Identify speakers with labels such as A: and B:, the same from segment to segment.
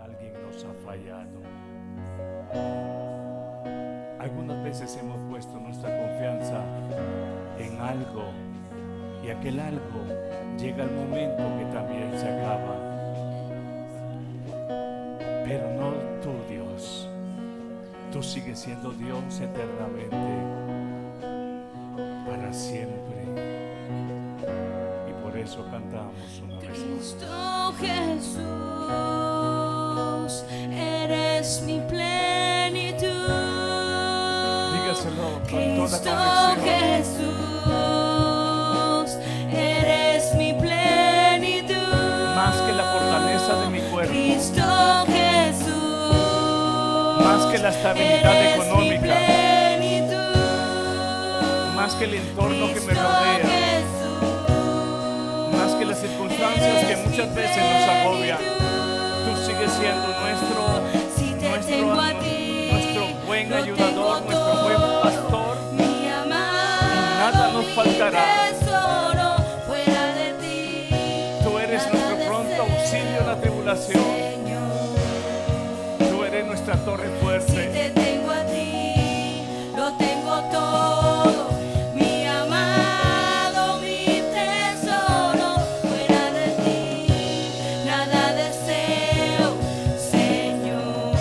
A: ha fallado. Algunas veces hemos puesto nuestra confianza en algo y aquel algo llega el momento que también se acaba. Pero no tú, Dios. Tú sigues siendo Dios eternamente, para siempre. Y por eso cantamos una vez más.
B: Cristo Jesús, eres mi plenitud.
A: Dígaselo con toda
B: Cristo
A: convicción.
B: Jesús, eres mi plenitud.
A: Más que la fortaleza de mi cuerpo,
B: Cristo Jesús,
A: Más que la estabilidad
B: eres
A: económica.
B: mi plenitud.
A: más que el entorno que me
B: Cristo
A: rodea,
B: Jesús,
A: más que las circunstancias que
B: eres mi
A: muchas veces nos agobian,
B: plenitud.
A: tú sigues siendo
B: Si
A: nuestro,
B: te
A: nuestro,
B: tengo a ti,
A: nuestro buen
B: lo
A: ayudador,
B: tengo
A: nuestro buen
B: todo.
A: pastor.
B: Mi amado,
A: nada nos
B: mi
A: faltará.
B: tesoro, fuera de ti,
A: Tú eres
B: nada
A: nuestro
B: deseo,
A: pronto auxilio en la tribulación.
B: Señor.
A: Tú eres nuestra torre
B: Si
A: fuerte.
B: te tengo a ti, lo tengo todo. Mi amado, mi tesoro, fuera de ti, nada deseo, Señor.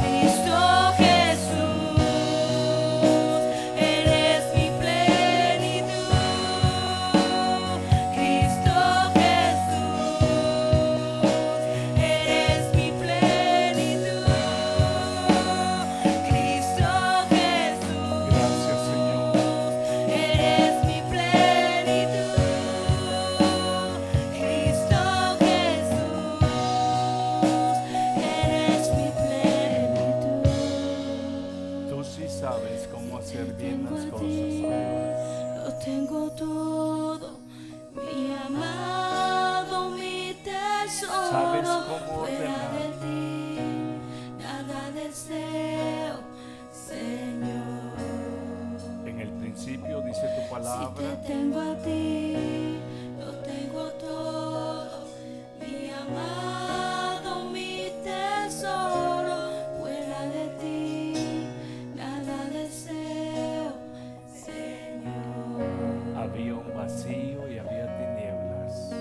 B: Cristo Jesús, eres mi plenitud. Cristo Jesús, eres mi plenitud. Cristo Jesús.
A: Gracias, Señor.
B: Eres mi plenitud, Cristo Jesús, eres mi plenitud.
A: Tú sí sabes cómo hacer bien
B: Tengo
A: las
B: a
A: cosas.
B: ti,
A: oh Dios.
B: Lo tengo todo, mi amado, mi tesoro.
A: Sabes cómo
B: fuera de
A: ordenar.
B: ti, nada deseo, Señor.
A: En el principio dice tu
B: Si te
A: palabra,
B: tengo a ti, lo tengo todo, mi amado, mi tesoro, fuera de ti, nada deseo, Señor.
A: había un vacío y había tinieblas.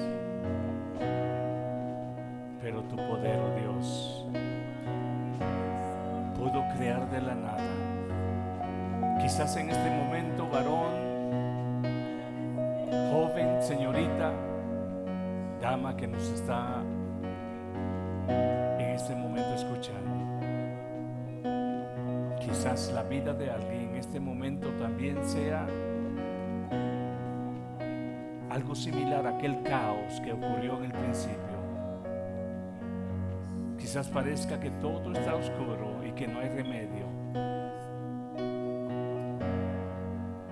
A: Pero tu poder, oh Dios, pudo crear de la nada. Quizás en este momento, varón, joven, señorita, dama que nos está en este momento escuchando. Quizás la vida de alguien en este momento también sea algo similar a aquel caos que ocurrió en el principio. Quizás parezca que todo está oscuro y que no hay remedio.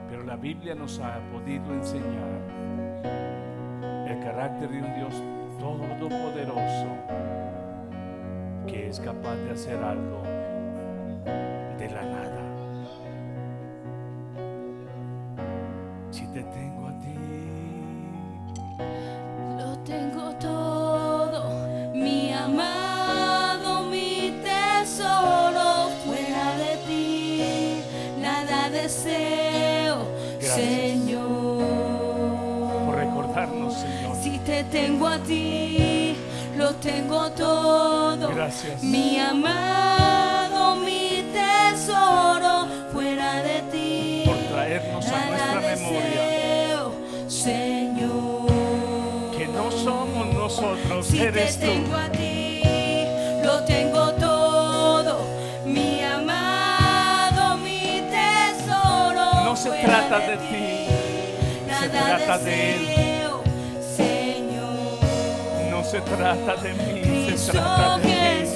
A: Pero la Biblia nos ha podido enseñar el carácter de un Dios todopoderoso que es capaz de hacer algo de la nada. Si te tengo a ti,
B: Lo tengo todo, mi amado, mi tesoro, fuera de ti, nada deseo,
A: Gracias.
B: Señor.
A: por recordarnos, Señor.
B: Si te tengo a ti, lo tengo todo.
A: Gracias.
B: Mi amado, mi tesoro, fuera de ti.
A: por traernos a
B: nada
A: nuestra memoria
B: deseo, Señor.
A: que no somos nosotros,
B: Si te
A: eres tú.
B: tengo a ti, lo tengo todo. Mi amado, mi tesoro.
A: No se
B: fuera
A: trata de ti, se
B: nada
A: trata de Él.
B: deseo, Señor.
A: No se trata de mí, se
B: Cristo
A: trata de ti.
B: Jesús,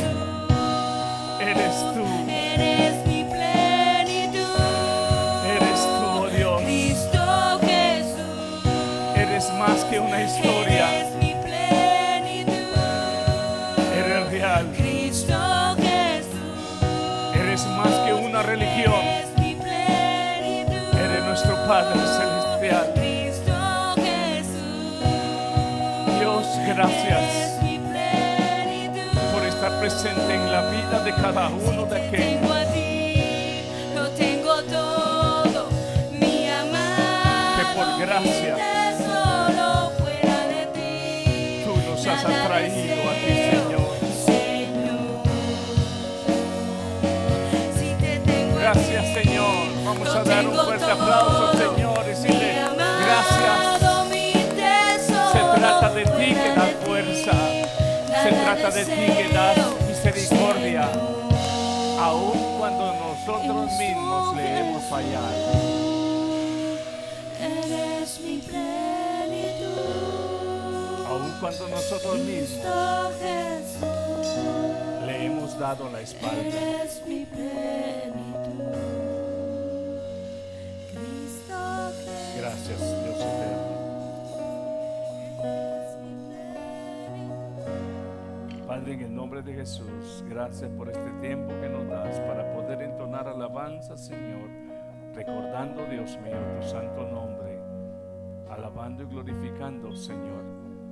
A: Eres tú,
B: eres mi plenitud.
A: eres tú, oh Dios.
B: Cristo Jesús.
A: Eres más que una historia,
B: Eres mi plenitud.
A: eres real.
B: Cristo Jesús.
A: Eres más que una religión,
B: Eres mi plenitud.
A: eres nuestro Padre Celestial.
B: Cristo Jesús.
A: Dios, gracias
B: Eres mi plenitud.
A: por presente en la vida de cada uno de
B: Te
A: aquellos.
B: tengo a ti, lo tengo todo, mi amado.
A: Que por gracia
B: mi tesoro fuera de ti.
A: tú nos has
B: nada
A: atraído a ti,
B: deseo,
A: Señor.
B: Señor. Si te tengo a
A: Gracias,
B: ti,
A: Señor. Vamos a dar un fuerte aplauso, Señor, y decirle gracias.
B: Se trata de ti que das fuerza. Se trata de ti que das misericordia.
A: Aun cuando nosotros mismos le hemos fallado.
B: Eres mi plenitud.
A: Aun cuando nosotros mismos
B: Cristo Jesús,
A: le hemos dado la espalda.
B: eres mi plenitud. Cristo Jesús.
A: Gracias, Dios eterno. Padre, en el nombre de Jesús, gracias por este tiempo que nos das para poder entonar alabanza, Señor, recordando, Dios mío, tu santo nombre, alabando y glorificando, Señor,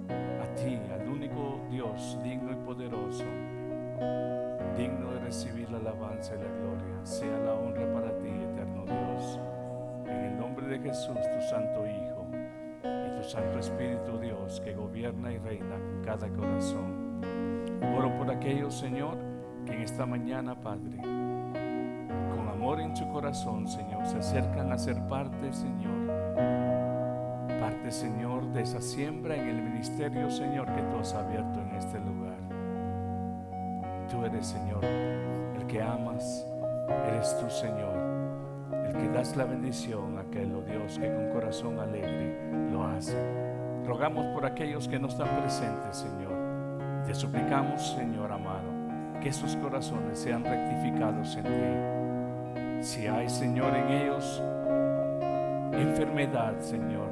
A: a ti, al único Dios digno y poderoso, digno de recibir la alabanza y la gloria. Sea la honra para ti, eterno Dios. En el nombre de Jesús, tu Santo Hijo y tu Santo Espíritu Dios, que gobierna y reina en cada corazón. Oro por aquellos, Señor, que en esta mañana, Padre, con amor en su corazón, Señor, se acercan a ser parte, Señor. Parte, Señor, de esa siembra en el ministerio, Señor, que tú has abierto en este lugar. Tú eres, Señor, el que amas, eres tú, Señor el que das la bendición a aquel, oh Dios, que con corazón alegre lo hace. Rogamos por aquellos que no están presentes, Señor. Te suplicamos, Señor amado, que sus corazones sean rectificados en ti. Si hay, Señor, en ellos enfermedad, Señor,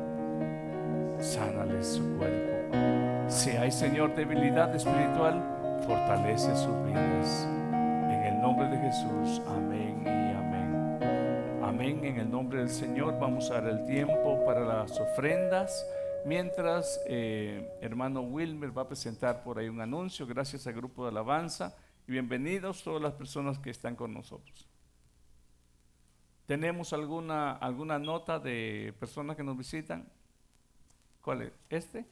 A: sánales su cuerpo. Si hay, Señor, debilidad espiritual, fortalece sus vidas. En el nombre de Jesús, amén y amén. Amén. En el nombre del Señor vamos a dar el tiempo para las ofrendas. Mientras eh, hermano Wilmer va a presentar por ahí un anuncio, gracias al grupo de alabanza y bienvenidos todas las personas que están con nosotros. ¿Tenemos alguna, alguna nota de personas que nos visitan? ¿Cuál es? ¿Este?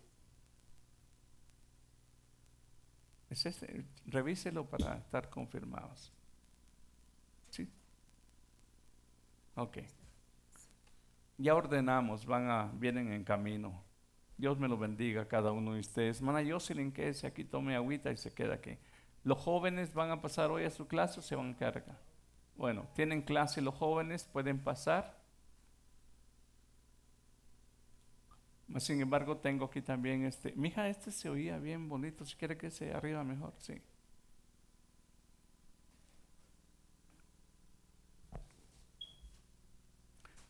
A: ¿Es este? Revíselo para estar confirmados. Sí, Ok. Ya ordenamos, van a, vienen en camino. Dios me lo bendiga a cada uno de ustedes. Mana Jocelyn, quédese aquí, tome agüita y se queda aquí. Los jóvenes van a pasar hoy a su clase o se van a quedar acá. Bueno, tienen clase los jóvenes, pueden pasar. Mas, Sin embargo, tengo aquí también este. Mija, este se oía bien bonito. Si quiere que se arriba mejor, sí.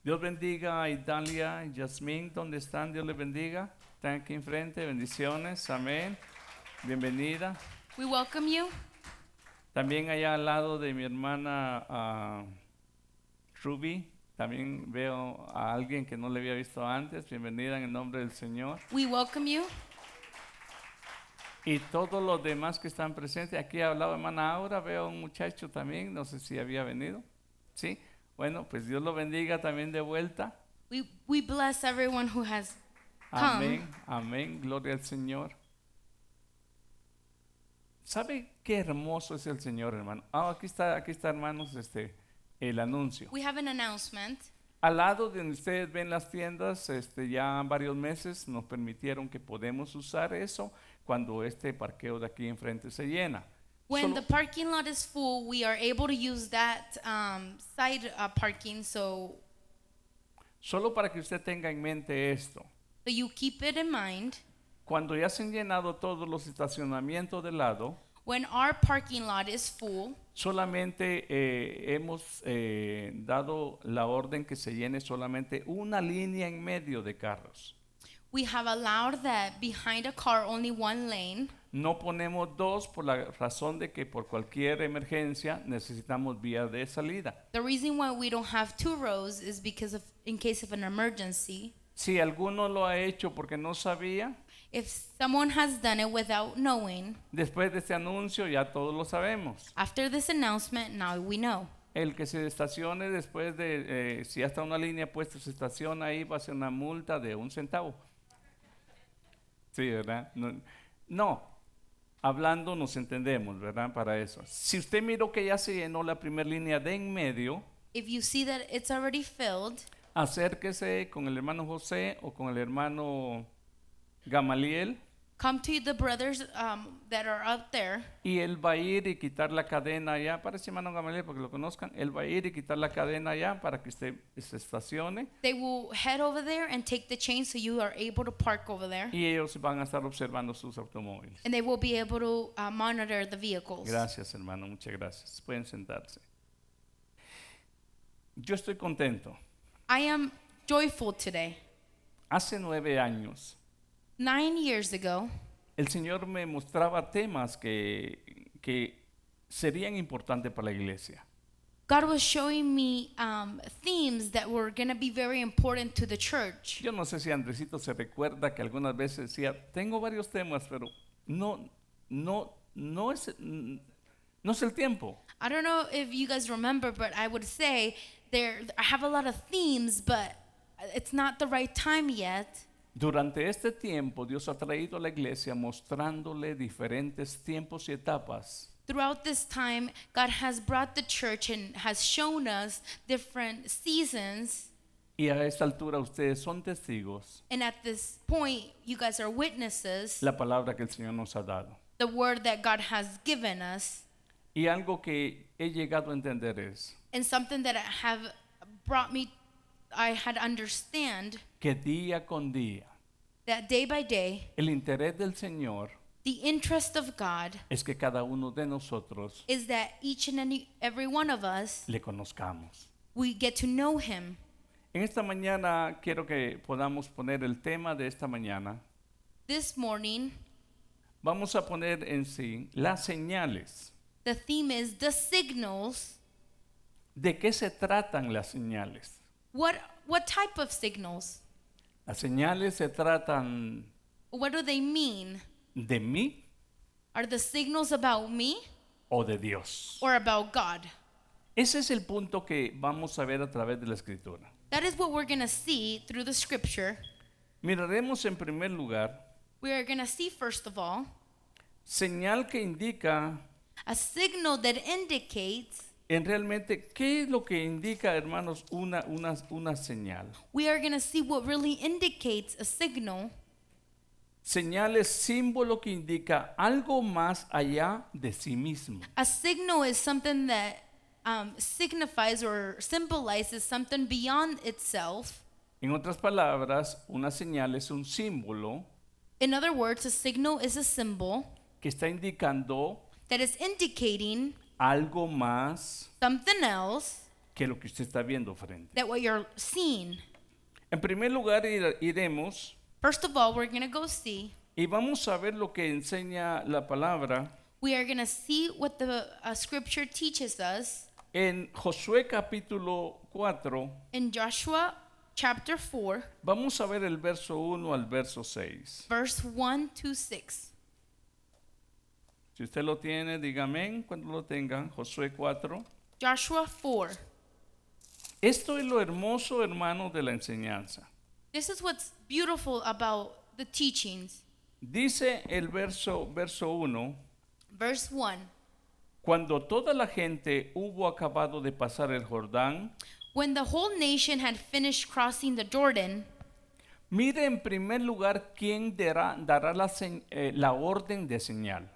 A: Dios bendiga a Italia, Yasmín, ¿dónde están? Dios les bendiga. Están aquí enfrente, bendiciones, amén. Bienvenida.
C: We welcome you.
A: También allá al lado de mi hermana ah, Ruby, también veo a alguien que no le había visto antes. Bienvenida en el nombre del Señor.
C: We welcome you.
A: Y todos los demás que están presentes, aquí al lado de hermana Aura veo a un muchacho también, no sé si había venido. Sí, bueno, pues Dios lo bendiga también de vuelta.
C: We, we bless everyone who has come.
A: Amén, amén, gloria al Señor. ¿Sabe qué hermoso es el Señor, hermano? Ah, aquí está, aquí está, hermanos, este, el anuncio.
C: We have an announcement.
A: Al lado de donde ustedes ven las tiendas, este, ya varios meses nos permitieron que podemos usar eso cuando este parqueo de aquí enfrente se llena.
C: When
A: Solo-
C: the parking lot is full, we are able to use that um, side uh, parking so,
A: solo para que usted tenga en mente esto.
C: so you keep it in mind.
A: Cuando ya se han llenado todos los estacionamientos de lado,
C: When our parking lot is full,
A: Solamente eh, hemos eh, dado la orden que se llene solamente una línea en medio de carros.
C: we have allowed that behind a car only one lane.
A: No ponemos dos por la razón de que por cualquier emergencia necesitamos vía de salida.
C: The reason why we don't have two rows is because of in case of an emergency.
A: Si alguno lo ha hecho porque no sabía,
C: If someone has done it without knowing,
A: Después de este anuncio ya todos lo sabemos.
C: after this announcement, now we know.
A: El que se estacione después de, eh, si ya está una línea puesta, se estaciona ahí, va a ser una multa de un centavo. Sí, ¿verdad? No, no, hablando nos entendemos, ¿verdad? Para eso. Si usted miró que ya se llenó la primera línea de en medio,
C: If you see that it's already filled,
A: acérquese con el hermano José o con el hermano Gamaliel
C: come to the brothers um, that are up there.
A: y él va a ir y quitar la cadena allá. Para ese hermano Gamaliel, porque lo conozcan, él va a ir y quitar la cadena allá para que usted se estacione
C: They will head over there and take the chain so you are able to park over there.
A: y ellos van a estar observando sus automóviles.
C: And they will be able to uh, monitor the vehicles.
A: Gracias, hermano, muchas gracias. Pueden sentarse. Yo estoy contento.
C: I am joyful today.
A: Hace nueve años,
C: Nine years ago,
A: el Señor me mostraba temas que, que serían importantes para la iglesia.
C: God was showing me um, themes that were going to be very important to the church.
A: Yo no sé si Andresito se recuerda que algunas veces decía, tengo varios temas, pero no, no, no es, n- no es el tiempo.
C: I don't know if you guys remember, but I would say there I have a lot of themes, but it's not the right time yet.
A: Durante este tiempo Dios ha traído a la iglesia mostrándole diferentes tiempos y etapas
C: Throughout this time, God has brought the church and has shown us different seasons.
A: y a esta altura ustedes son testigos
C: And at this point, you guys are witnesses,
A: la palabra que el Señor nos ha dado.
C: the word that God has given us.
A: Y algo que he llegado a entender es
C: And something that I have brought me, I had understand
A: que día con día
C: that day by day,
A: el interés del Señor
C: the interest of God
A: es que cada uno de nosotros
C: is that each and any, every one of us,
A: le conozcamos.
C: we get to know Him.
A: En esta mañana quiero que podamos poner el tema de esta mañana.
C: This morning,
A: Vamos a poner en sí las señales.
C: the theme is the signals.
A: ¿De qué se tratan las señales?
C: What, what type of signals?
A: Las señales se tratan
C: What do they mean?
A: de mí
C: Are the signals about me
A: o de Dios.
C: or about God?
A: Ese es el punto que vamos a ver a través de la escritura.
C: That is what we're going to see through the scripture.
A: Miraremos en primer lugar
C: We are going to see, first of all,
A: señal que indica
C: a signal that indicates
A: en realmente qué es lo que indica, hermanos, una, una, una señal.
C: we are going to see what really indicates a signal.
A: Señal es símbolo que indica algo más allá de sí mismo.
C: A signal is something that um, signifies or symbolizes something beyond itself.
A: En otras palabras, una señal es un símbolo
C: In other words, a signal is a symbol
A: que está indicando
C: that is indicating
A: algo más
C: something else
A: que lo que usted está viendo frente.
C: that what you're seeing.
A: En primer lugar, ir- iremos
C: First of all, we're going to go see.
A: y vamos a ver lo que enseña la palabra
C: We are going to see what the uh, scripture teaches us
A: en Josué capítulo 4.
C: in Joshua chapter 4,
A: Vamos a ver el verso 1 al verso 6.
C: verse 1 to 6.
A: Si usted lo tiene, dígame cuando lo tengan. Josué 4.
C: Joshua 4.
A: Esto es lo hermoso, hermano, de la enseñanza.
C: This is what's beautiful about the teachings.
A: Dice el verso, verso 1,
C: Verse 1
A: cuando toda la gente hubo acabado de pasar el Jordán,
C: When the whole nation had finished crossing the Jordan,
A: mire en primer lugar quién dará, dará la, señ- eh, la orden de señal.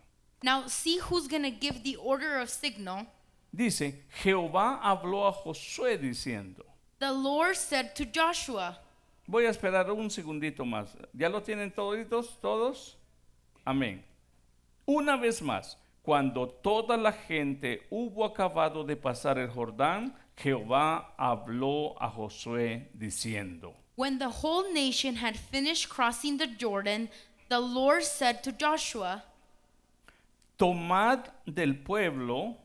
C: now see who's going to give the order of signal.
A: Dice, Jehová habló a Josué diciendo,
C: The Lord said to Joshua,
A: voy a esperar un segundito más. ¿Ya lo tienen todos? ¿Todos? Amén. Una vez más, cuando toda la gente hubo acabado de pasar el Jordán, Jehová habló a Josué diciendo,
C: When the whole nation had finished crossing the Jordan, the Lord said to Joshua,
A: tomad del pueblo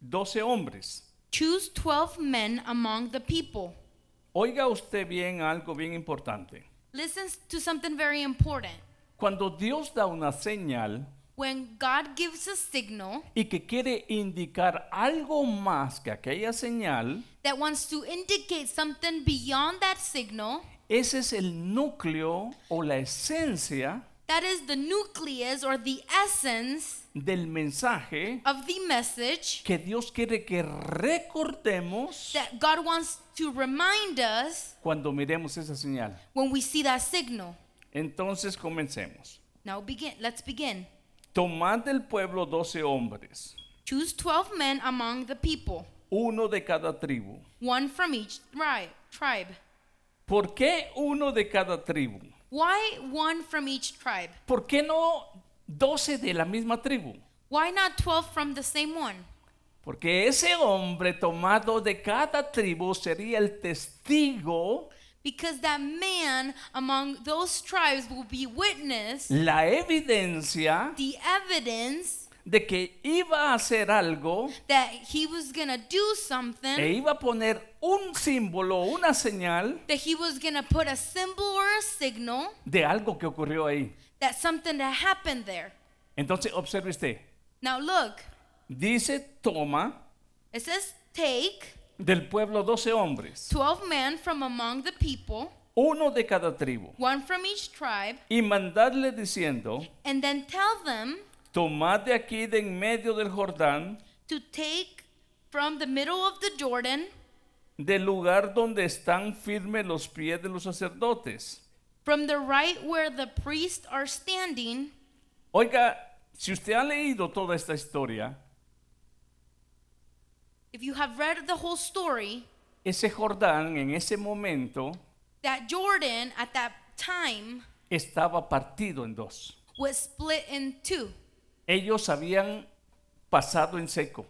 A: doce hombres.
C: Choose 12 men among the people.
A: Oiga usted bien algo bien importante.
C: Listen to something very important.
A: Cuando Dios da una señal
C: When God gives a signal
A: y que quiere indicar algo más que aquella señal,
C: that wants to indicate something beyond that signal,
A: ese es el núcleo o la esencia
C: that is the nucleus or the essence
A: del mensaje
C: of the message
A: que Dios quiere que recordemos
C: that God wants to remind us
A: cuando miremos esa señal.
C: when we see that signal.
A: Entonces comencemos.
C: Now begin. Let's begin.
A: Tomad del pueblo doce hombres,
C: Choose 12 men among the people,
A: uno de cada tribu.
C: one from each thri- tribe.
A: ¿Por qué uno de cada tribu?
C: Why one from each tribe?
A: ¿Por qué no doce de la misma tribu?
C: Why not 12 from the same one?
A: Porque ese hombre tomado de cada tribu sería el testigo,
C: Because that man among those tribes will be witness,
A: la evidencia
C: the evidence
A: de que iba a hacer algo
C: that he was gonna do something,
A: e iba a poner un símbolo, una señal
C: that he was gonna put a symbol or a signal
A: de algo que ocurrió ahí.
C: that something that happened there.
A: Entonces observe usted,
C: Now look,
A: dice toma
C: it says, Take
A: del pueblo 12 hombres,
C: 12 men from among the people,
A: uno de cada tribu,
C: one from each tribe,
A: y mandadle diciendo,
C: and then tell them
A: tomad de aquí de en medio del Jordán,
C: to take from the middle of the Jordan,
A: del lugar donde están firmes los pies de los sacerdotes.
C: from the right where the priests are standing.
A: Oiga, si usted ha leído toda esta historia,
C: If you have read the whole story,
A: ese Jordán en ese momento
C: that Jordan at that time
A: estaba partido en dos.
C: was split in two.
A: Ellos habían pasado en seco.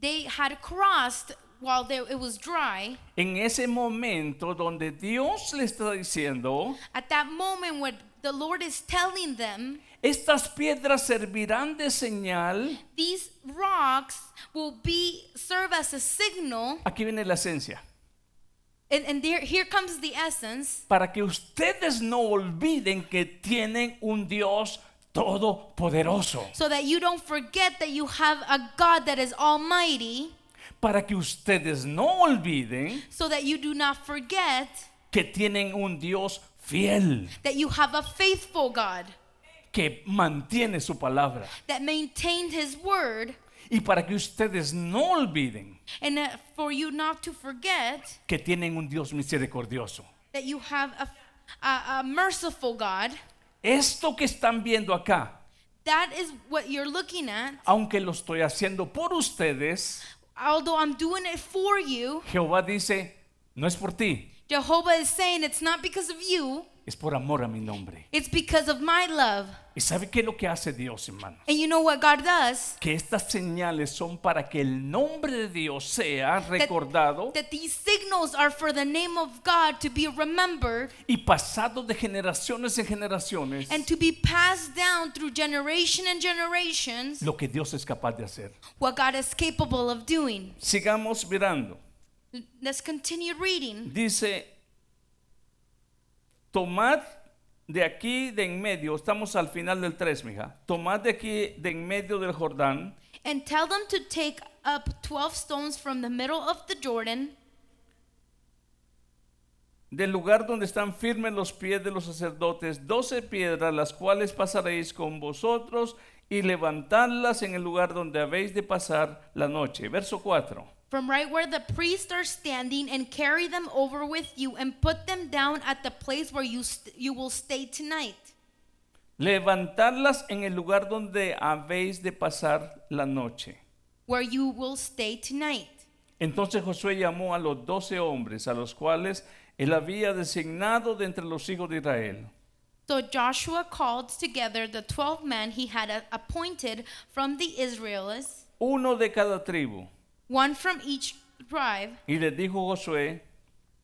C: They had crossed while they, it was dry.
A: En ese momento donde Dios le está diciendo,
C: At that moment, when the Lord is telling them,
A: estas piedras servirán de señal,
C: these rocks will be serve as a signal,
A: aquí viene la esencia,
C: and, and there, here comes the essence,
A: para que ustedes no olviden que tienen un Dios todopoderoso.
C: so that you don't forget that you have a God that is Almighty,
A: para que ustedes no olviden
C: so that you do not forget
A: que tienen un Dios fiel
C: that you have a faithful God
A: que mantiene su palabra
C: that maintained His word.
A: y para que ustedes no olviden
C: And uh, for you not to forget
A: que tienen un Dios misericordioso.
C: that you have a, a, a merciful God.
A: Esto que están viendo acá,
C: That is what you're looking at.
A: aunque lo estoy haciendo por ustedes,
C: Although I'm doing it for you,
A: Jehová dice, no es por ti,
C: Jehovah is saying it's not because of you,
A: es por amor a mi nombre.
C: it's because of my love.
A: ¿Y sabe qué es lo que hace Dios, hermano?
C: And you know what God does?
A: Que estas señales son para que el nombre de Dios sea recordado
C: That these signals are for the name of God to be remembered
A: y pasado de generaciones en generaciones
C: and to be passed down through generation and generations
A: lo que Dios es capaz de hacer.
C: what God is capable of doing.
A: Sigamos mirando.
C: Let's continue reading.
A: Dice, tomad de aquí de en medio, estamos al final del 3, mija, tomad de aquí de en medio del Jordán
C: And tell them to take up 12 stones from the middle of the Jordan,
A: del lugar donde están firmes los pies de los sacerdotes, doce piedras, las cuales pasaréis con vosotros y levantadlas en el lugar donde habéis de pasar la noche. Verso 4.
C: from right where the priests are standing, and carry them over with you, and put them down at the place where you, st- you will stay tonight.
A: Levantarlas en el lugar donde habéis de pasar la noche.
C: Where you will stay tonight.
A: Entonces Josué llamó a los doce hombres, a los cuales él había designado de entre los hijos de Israel.
C: So Joshua called together the 12 men he had uh, appointed from the Israelites,
A: Uno de cada tribu.
C: one from each tribe,
A: Y les dijo Josué,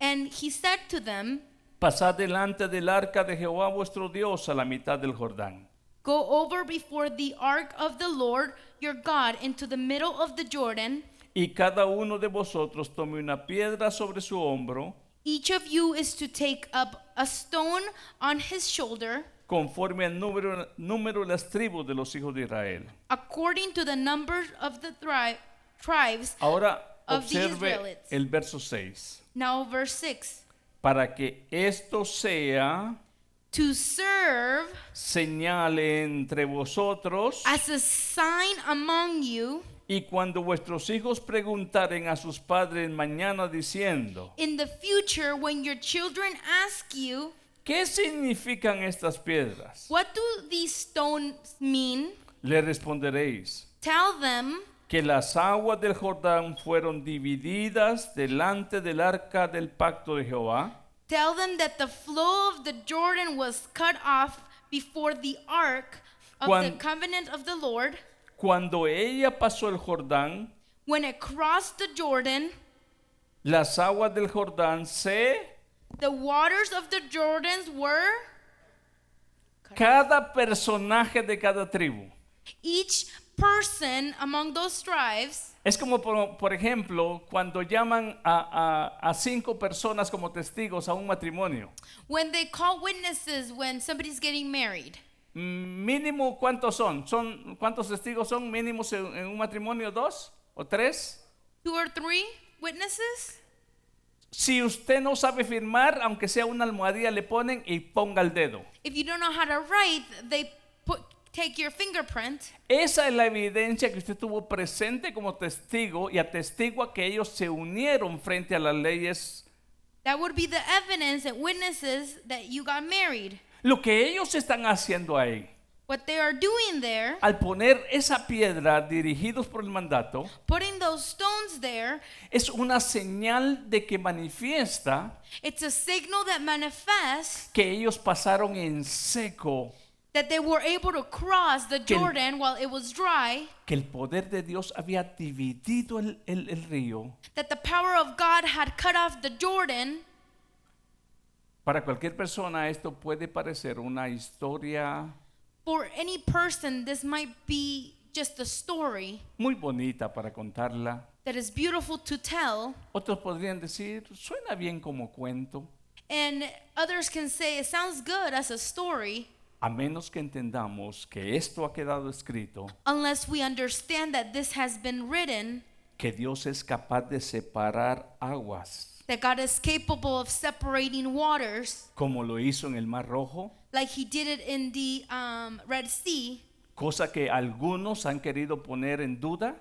C: and he said to them,
A: pasad delante del arca de Jehová vuestro Dios a la mitad del Jordán.
C: Go over before the ark of the Lord your God into the middle of the Jordan.
A: Y cada uno de vosotros tome una piedra sobre su hombro
C: Each of you is to take up a stone on his shoulder
A: conforme al número, número de las tribus de los hijos de Israel.
C: according to the number of the thri- tribes.
A: Ahora
C: Of the
A: observe
C: Israelites.
A: el verso 6.
C: Now, verse 6
A: Para que esto sea
C: to serve
A: señal entre vosotros
C: as a sign among you
A: y cuando vuestros hijos preguntaren a sus padres mañana diciendo,
C: in the future when your children ask you,
A: ¿qué significan estas piedras?
C: What do these stones mean?
A: Le responderéis.
C: Tell them
A: que las aguas del Jordán fueron divididas delante del arca del pacto de Jehová
C: Tell them that the flow of the Jordan was cut off before the ark of the
A: Cuan-
C: covenant of the Lord.
A: cuando ella pasó el Jordán
C: When it crossed the Jordan,
A: las aguas del Jordán se
C: the waters of the Jordans were
A: cada personaje de cada tribu
C: each person among those tribes.
A: es como por, por ejemplo cuando llaman a, a- a cinco personas como testigos a un matrimonio
C: When they call witnesses when somebody's getting married,
A: Mm, mínimo cuántos son son cuántos testigos son mínimos en, en un matrimonio dos o tres
C: two or three witnesses.
A: Si usted no sabe firmar, aunque sea una almohadilla, le ponen y ponga el dedo.
C: If you don't know how to write, they put take your fingerprint.
A: Esa es la evidencia que usted tuvo presente como testigo y atestigua que ellos se unieron frente a las leyes.
C: That would be the evidence that witnesses that you got married.
A: Lo que ellos están haciendo ahí,
C: What they are doing there,
A: al poner esa piedra dirigidos por el mandato,
C: putting those stones there,
A: es una señal de que manifiesta
C: it's a signal that manifests
A: que ellos pasaron en seco,
C: that they were able to cross the
A: Que el-
C: Jordan while it was dry,
A: que el poder de Dios había dividido el- el- el río
C: that the power of God had cut off the Jordan.
A: Para cualquier persona esto puede parecer una historia
C: For any person, this might be just a story
A: muy bonita para contarla.
C: that is beautiful to tell,
A: Otros podrían decir, suena bien como cuento,
C: and others can say it sounds good as a story
A: a menos que entendamos que esto ha quedado escrito,
C: unless we understand that this has been written
A: que Dios es capaz de separar aguas,
C: that God is capable of separating waters
A: como lo hizo en el Mar Rojo,
C: like he did it in the um, Red Sea.
A: cosa que algunos han querido poner en duda.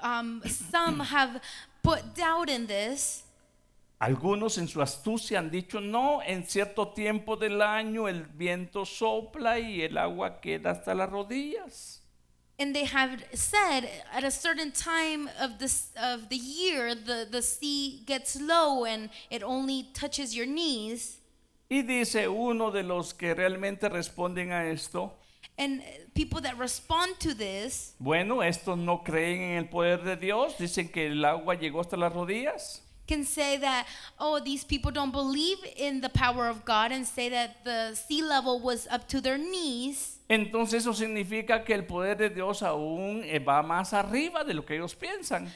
C: Um, some have put doubt in this.
A: Algunos en su astucia han dicho, no, en cierto tiempo del año el viento sopla y el agua queda hasta las rodillas.
C: And they have said at a certain time of this of the year the, the sea gets low and it only touches your knees.
A: Y dice uno de los que realmente responden a esto,
C: And uh, people that respond to this,
A: bueno, estos no creen en el poder de Dios, dicen que el agua llegó hasta las rodillas.
C: can say that oh these people don't believe in the power of God and say that the sea level was up to their knees.
A: Entonces eso significa que el poder de Dios aún eh, va más arriba de lo que ellos piensan.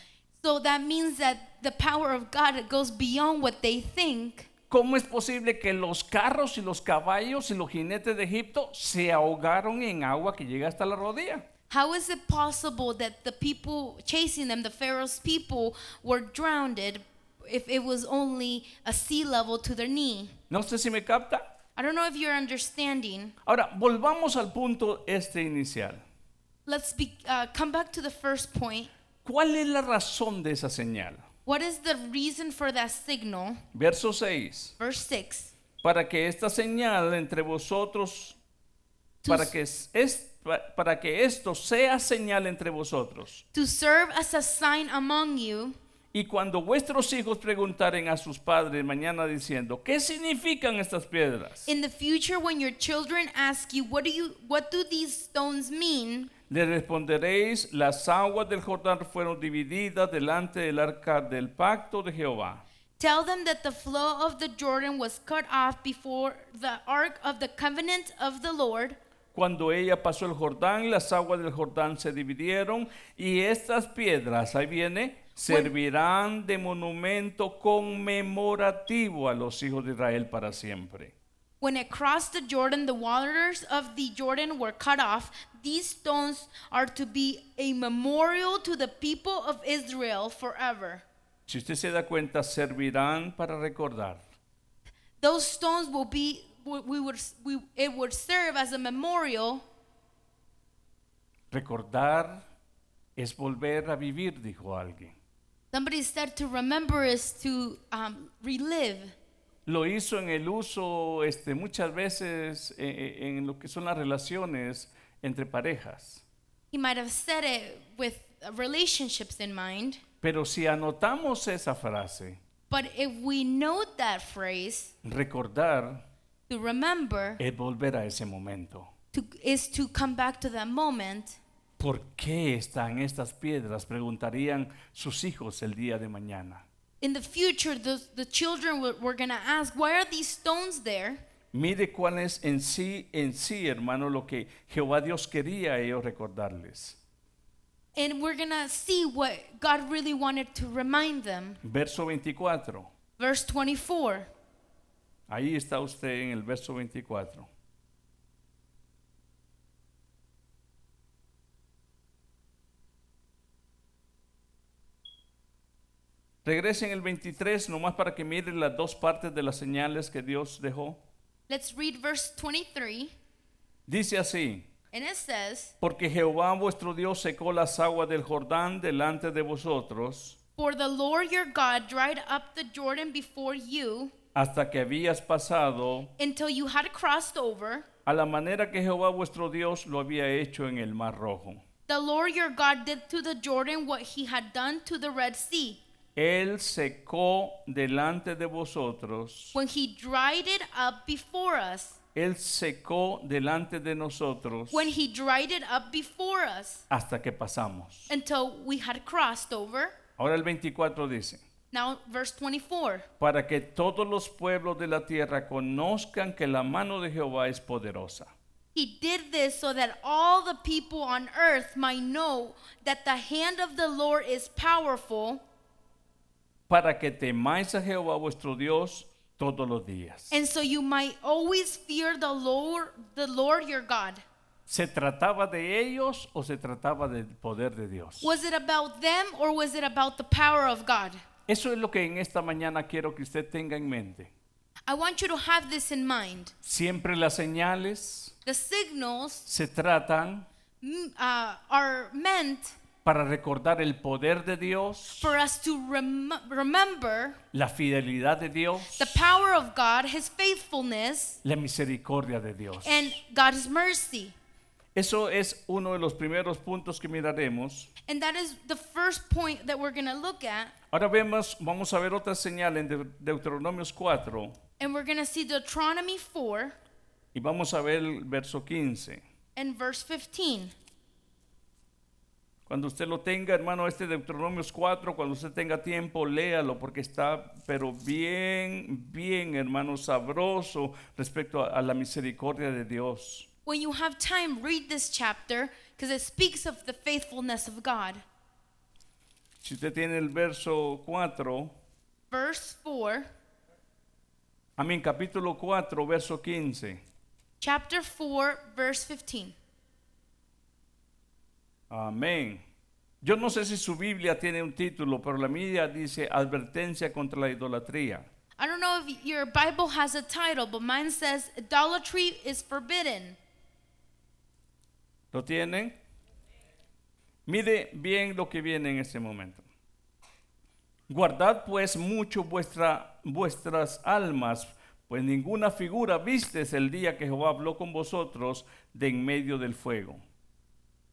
C: So that means that the power of God goes beyond what they think.
A: ¿Cómo es posible que los carros y los caballos y los jinetes de Egipto se ahogaron en agua que llega hasta la rodilla?
C: How is it possible that the people chasing them, the Pharaoh's people, were drowned if it was only a sea level to their knee?
A: No sé si me capta.
C: I don't know if you're understanding.
A: Ahora, volvamos al punto este inicial.
C: Let's be, uh, come back to the first point.
A: ¿Cuál es la razón de esa señal?
C: What is the reason for that signal?
A: Verso 6.
C: Verse 6.
A: para que esta señal entre vosotros, para que, es, es- pa- para que esto sea señal entre vosotros.
C: To serve as a sign among you,
A: Y cuando vuestros hijos preguntaren a sus padres mañana diciendo, ¿qué significan estas piedras?
C: in the future when your children ask you, what do you what do these stones mean?
A: Le responderéis, las aguas del Jordán fueron divididas delante del arca del pacto de Jehová.
C: Tell them that the flow of the Jordan was cut off before the ark of the covenant of the Lord.
A: Cuando ella pasó el Jordán, las aguas del Jordán se dividieron y estas piedras, ahí viene, servirán de monumento conmemorativo a los hijos de Israel para siempre.
C: When it crossed the Jordan, the waters of the Jordan were cut off. These stones are to be a memorial to the people of Israel forever.
A: Si usted se da cuenta, servirán para recordar.
C: Those stones will be we we would we, it would serve as a memorial.
A: Recordar es volver a vivir, dijo alguien.
C: Somebody said to remember is to um, relive.
A: Lo hizo en el uso este, muchas veces eh, eh, en lo que son las relaciones entre parejas.
C: He might have said it with relationships in mind,
A: Pero si anotamos esa frase,
C: but if we note that phrase,
A: recordar
C: to remember
A: es volver a ese momento.
C: to, is to come back to that moment.
A: ¿Por qué están estas piedras? Preguntarían sus hijos el día de mañana.
C: In the future, the, the children were, were going to ask, why are these stones there?
A: Mire cuál es en sí, en sí, hermano, lo que Jehová Dios quería a ellos recordarles.
C: And we're going to see what God really wanted to remind them.
A: Verso 24.
C: Verse 24.
A: Ahí está usted en el verso 24. Regresen el 23, nomás para que miren las dos partes de las señales que Dios dejó.
C: Let's read verse 23.
A: Dice así,
C: And it says,
A: porque Jehová vuestro Dios secó las aguas del Jordán delante de vosotros,
C: For the Lord your God dried up the Jordan before you
A: hasta que habías pasado
C: until you had crossed over.
A: a la manera que Jehová vuestro Dios lo había hecho en el Mar Rojo.
C: The Lord your God did to the Jordan what he had done to the Red Sea
A: Él secó delante de vosotros,
C: when he dried it up before us.
A: Él secó delante de nosotros
C: When he dried it up before us
A: hasta que pasamos.
C: until we had crossed over.
A: Ahora el 24 dice,
C: Now, verse 24.
A: para que todos los pueblos de la tierra conozcan que la mano de Jehová es poderosa.
C: He did this so that all the people on earth might know that the hand of the Lord is powerful
A: para que temáis a Jehová vuestro Dios todos los días.
C: and so you might always fear the Lord the Lord your God.
A: ¿Se trataba de ellos o se trataba del poder de Dios?
C: Was it about them or was it about the power of God?
A: Eso es lo que en esta mañana quiero que usted tenga en mente.
C: I want you to have this in mind.
A: Siempre las señales
C: The signals
A: se tratan
C: mm, uh, are meant
A: para recordar el poder de Dios,
C: for us to rem- remember
A: la fidelidad de Dios,
C: the power of God, His faithfulness,
A: la misericordia de Dios.
C: and God's mercy.
A: Eso es uno de los primeros puntos que miraremos.
C: And that is the first point that we're going to look at.
A: Ahora vemos, vamos a ver otra señal en Deu- Deuteronomios 4
C: And we're going to see Deuteronomy 4
A: y vamos a ver el verso 15.
C: and verse 15.
A: Cuando usted lo tenga, hermano, este Deuteronomios 4, cuando usted tenga tiempo, léalo porque está, pero bien, bien, hermano, sabroso respecto a, a la misericordia de Dios.
C: When you have time, read this chapter because it speaks of the faithfulness of God.
A: Si usted tiene el verso 4,
C: Verse 4,
A: amén, capítulo 4, verso 15.
C: chapter 4, verse 15.
A: Amén. Yo no sé si su Biblia tiene un título, pero la mía dice Advertencia contra la idolatría.
C: I don't know if your Bible has a title, but mine says idolatry is forbidden.
A: ¿Lo tienen? Mire bien lo que viene en este momento. Guardad pues mucho vuestra- vuestras almas, pues ninguna figura vistes el día que Jehová habló con vosotros de en medio del fuego.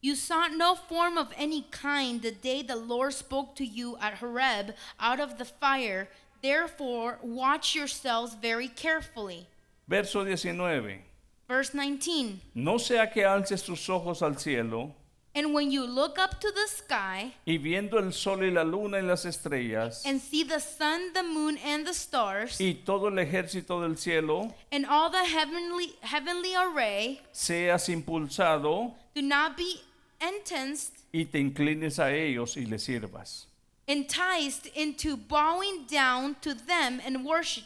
C: You saw no form of any kind the day the Lord spoke to you at Horeb out of the fire. Therefore, watch yourselves very carefully.
A: Verso 19.
C: Verse 19.
A: No sea que alces tus ojos al cielo
C: And when you look up to the sky
A: y viendo el sol y la luna y las estrellas
C: and see the sun, the moon, and the stars,
A: y todo el ejército del cielo,
C: and all the heavenly, heavenly array,
A: seas impulsado
C: do not be entranced
A: y te inclines a ellos y les sirvas.
C: enticed into bowing down to them and worship.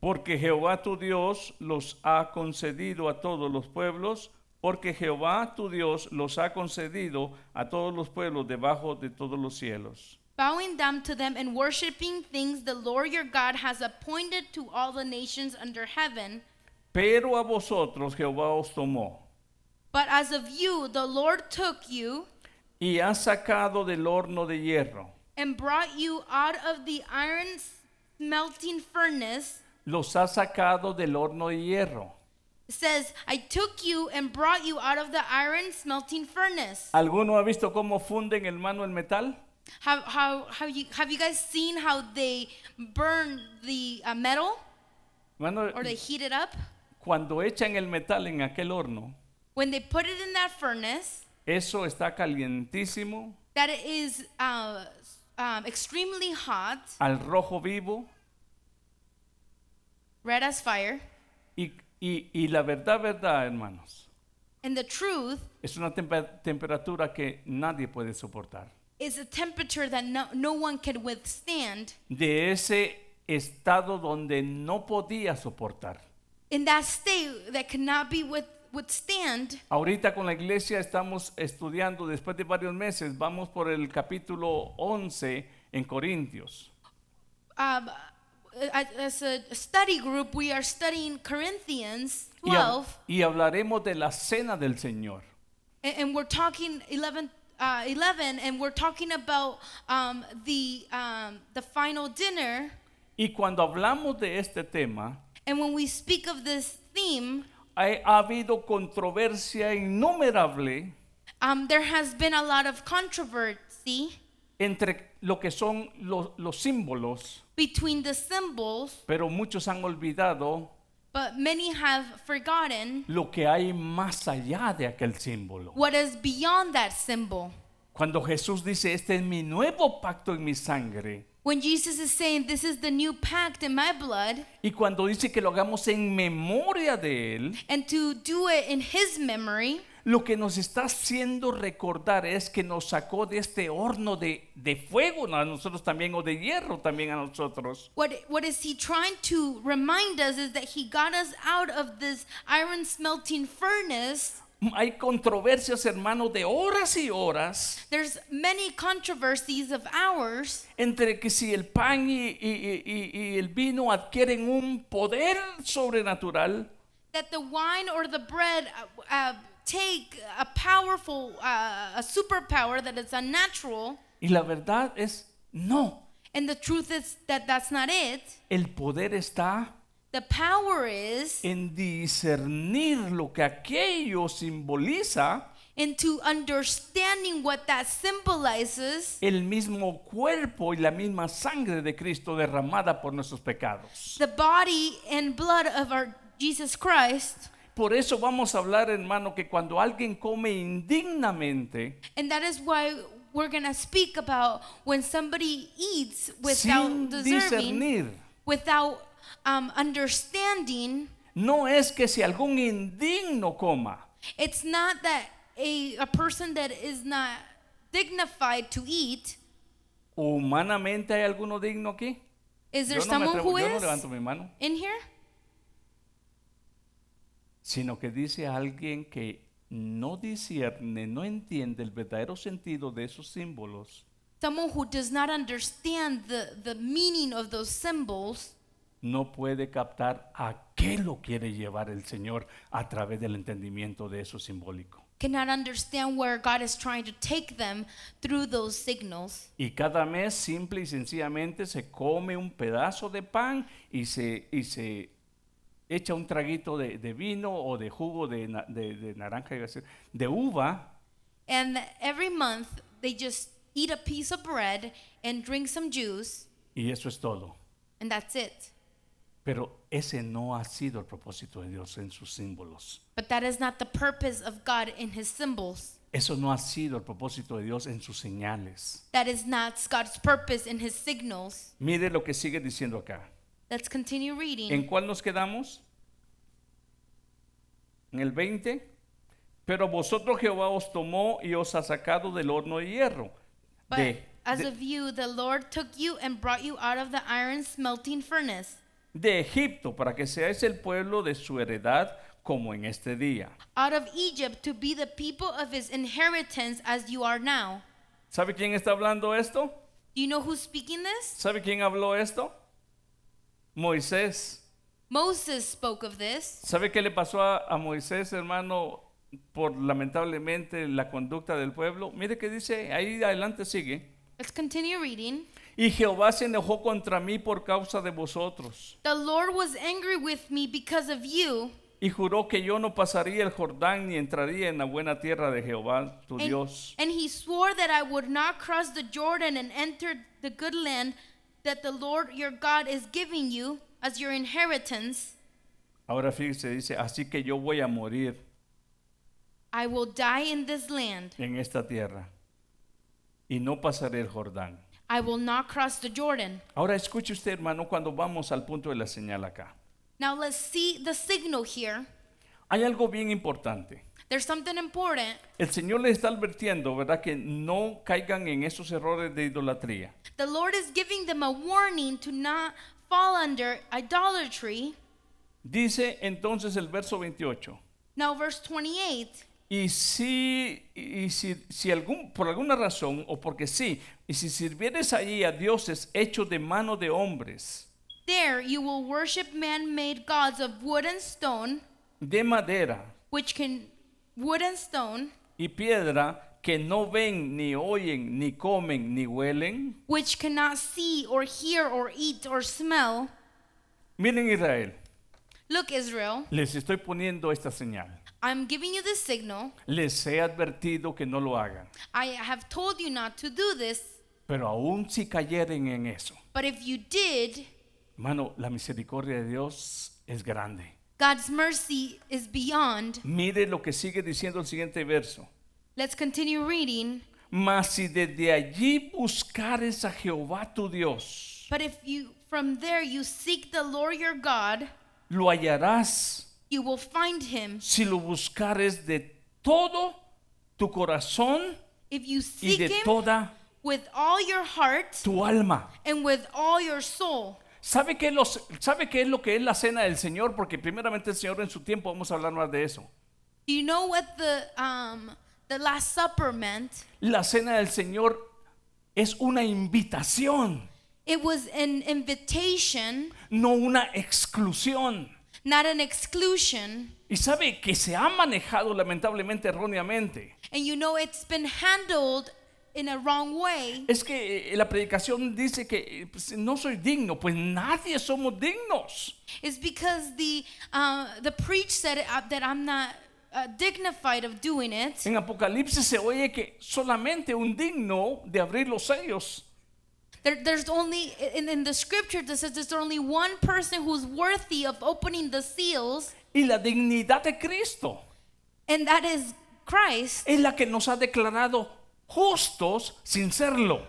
A: Porque Jehová tu Dios los ha concedido a todos los pueblos, porque Jehová tu Dios los ha concedido a todos los pueblos debajo de todos los cielos.
C: Bowing down to them and worshiping things the Lord your God has appointed to all the nations under heaven.
A: Pero a vosotros Jehová os tomó
C: But as of you, the Lord took you
A: y ha sacado del horno de hierro.
C: and brought you out of the iron smelting furnace.
A: Los ha sacado del horno de hierro.
C: It says, I took you and brought you out of the iron smelting furnace.
A: ¿Alguno ha visto cómo funden el mano el metal?
C: Have, how, have, you, have you guys seen how they burn the uh, metal
A: Hermano,
C: or they heat it up?
A: cuando echan el metal en aquel horno,
C: When they put it in that furnace,
A: eso está calientísimo,
C: that it is uh, um, extremely hot,
A: al rojo vivo,
C: red as fire.
A: y, y- y la verdad, verdad, hermanos,
C: And the truth
A: es una tempe- temperatura que nadie puede soportar.
C: is a temperature that no, no one can withstand.
A: De ese estado donde no podía soportar.
C: in that state that cannot be with, withstand.
A: Ahorita con la iglesia estamos estudiando, después de varios meses, vamos por el capítulo 11 en Corintios.
C: Um, a- as a study group, we are studying Corinthians
A: Y, hab-
C: 12,
A: y hablaremos de la cena del Señor.
C: and, and we're talking 11, uh, 11, and we're talking about um, the um, the final dinner.
A: Y cuando hablamos de este tema,
C: And when we speak of this theme,
A: hay- ha habido controversia innumerable
C: um, there has been a lot of controversy
A: entre lo que son los, los símbolos,
C: between the symbols,
A: pero muchos han olvidado
C: but many have forgotten
A: lo que hay más allá de aquel símbolo.
C: what is beyond that symbol.
A: Cuando Jesús dice, este es mi nuevo pacto en mi sangre,
C: When Jesus is saying, This is the new pact in my blood,
A: y cuando dice que lo hagamos en memoria de Él,
C: and to do it in his memory,
A: lo que nos está haciendo recordar es que nos sacó de este horno de, de fuego a nosotros también, o de hierro también a nosotros.
C: what, what is he trying to remind us is that he got us out of this iron smelting furnace.
A: Hay controversias, hermano, de horas y horas
C: There's many controversies of ours
A: entre que si el pan y, y- y- y- y el vino adquieren un poder sobrenatural
C: that the wine or the bread uh, uh, take a powerful, uh, a superpower that is unnatural,
A: y la verdad es no,
C: and the truth is that that's not it.
A: el poder está
C: The power is,
A: en discernir lo que aquello simboliza,
C: into understanding what that symbolizes.
A: el mismo cuerpo y la misma sangre de Cristo derramada por nuestros pecados.
C: the body and blood of our Jesus Christ.
A: Por eso vamos a hablar, hermano, que cuando alguien come indignamente,
C: And that is why we're going to speak about when somebody eats
A: sin
C: without deserving,
A: discernir,
C: without um, understanding.
A: no es que si algún indigno coma,
C: It's not that a, a person that is not dignified to eat.
A: humanamente hay alguno digno aquí.
C: Is there
A: Yo no, me
C: someone
A: atrevo-
C: who
A: yo no
C: is
A: levanto mi mano,
C: in here?
A: sino que dice a alguien que no discierne, no entiende el verdadero sentido de esos símbolos.
C: Someone who does not understand the, the meaning of those symbols
A: no puede captar a qué lo quiere llevar el Señor a través del entendimiento de eso simbólico.
C: cannot understand where God is trying to take them through those signals.
A: Y cada mes simple y sencillamente se come un pedazo de pan y se, y se echa un traguito de, de vino o de jugo de, na- de- de naranja, iba a decir, de uva,
C: And every month they just eat a piece of bread and drink some juice,
A: y eso es todo.
C: and that's it.
A: Pero ese no ha sido el propósito de Dios en sus símbolos.
C: But that is not the purpose of God in his symbols.
A: Eso no ha sido el propósito de Dios en sus señales.
C: That is not God's purpose in his signals.
A: Mire lo que sigue diciendo acá.
C: Let's continue reading.
A: ¿En cuál nos quedamos? En el 20. Pero vosotros Jehová os tomó y os ha sacado del horno de hierro.
C: But-
A: De,
C: As of you, the Lord took you and brought you out of the iron smelting furnace,
A: de Egipto, para que seáis el pueblo de su heredad como en este día.
C: out of Egypt to be the people of his inheritance as you are now.
A: ¿Sabe quién está hablando esto?
C: Do you know who's speaking this?
A: ¿Sabe quién habló esto? Moisés.
C: Moses spoke of this.
A: ¿Sabe qué le pasó a, a Moisés, hermano, por lamentablemente la conducta del pueblo? Mire que dice, ahí adelante sigue.
C: Let's continue reading.
A: Y Jehová se enojó contra mí por causa de vosotros,
C: The Lord was angry with me because of you,
A: y juró que yo no pasaría el Jordán ni entraría en la buena tierra de Jehová, tu
C: and,
A: Oh, Dios.
C: and he swore that I would not cross the Jordan and enter the good land that the Lord your God is giving you as your inheritance.
A: Ahora fíjese, dice, así que yo voy a morir
C: I will die in this land.
A: en esta tierra y no pasaré el Jordán.
C: I will not cross the Jordan.
A: Ahora escuche usted, hermano, cuando vamos al punto de la señal acá.
C: Now let's see the signal here.
A: Hay algo bien importante.
C: There's something important.
A: El Señor les está advirtiendo, ¿verdad? Que no caigan en esos errores de idolatría.
C: The Lord is giving them a warning to not fall under idolatry.
A: Dice entonces el verso 28.
C: Now, verse 28.
A: Y si, y si, si algún, por alguna razón o porque sí, y si sirvieres allí a dioses hechos de mano de hombres,
C: There you will worship man made gods of wood and stone,
A: de madera
C: which can, wood and stone,
A: y piedra, que no ven, ni oyen, ni comen, ni huelen.
C: which cannot see or hear or eat or smell.
A: Miren Israel,
C: Look, Israel,
A: les estoy poniendo esta señal.
C: I'm giving you this signal.
A: Les he advertido que no lo hagan.
C: I have told you not to do this,
A: Pero aún si cayeren en eso,
C: but if you did,
A: hermano, la misericordia de Dios es grande.
C: God's mercy is beyond.
A: Mire lo que sigue diciendo el siguiente verso.
C: Let's continue reading.
A: Mas si desde allí buscares a Jehová tu Dios,
C: But if you from there you seek the Lord your God,
A: lo hallarás
C: you will find him.
A: si lo buscares de todo tu corazón
C: If you
A: y
C: seek
A: de
C: him
A: toda
C: with all your heart
A: tu alma.
C: and with all your soul.
A: ¿Sabe qué, los- ¿Sabe qué es lo que es la cena del Señor? Porque primeramente el Señor en su tiempo, vamos a hablar más de eso.
C: Do you know what the um the last supper meant?
A: La cena del Señor es una invitación.
C: It was an invitation,
A: no una exclusión.
C: not an exclusion.
A: Y sabe que se ha manejado lamentablemente erróneamente.
C: And you know it's been handled in a wrong way.
A: Es que eh, la predicación dice que eh, pues, no soy digno, pues nadie somos dignos.
C: It's because the uh, the preach said uh, that I'm not uh, dignified of doing it.
A: En Apocalipsis se oye que solamente un digno de abrir los sellos
C: There, there's only in, in the scripture that says there's only one person who's worthy of opening the seals,
A: y la dignidad de Cristo
C: and that is Christ.
A: es la que nos ha declarado justos sin serlo.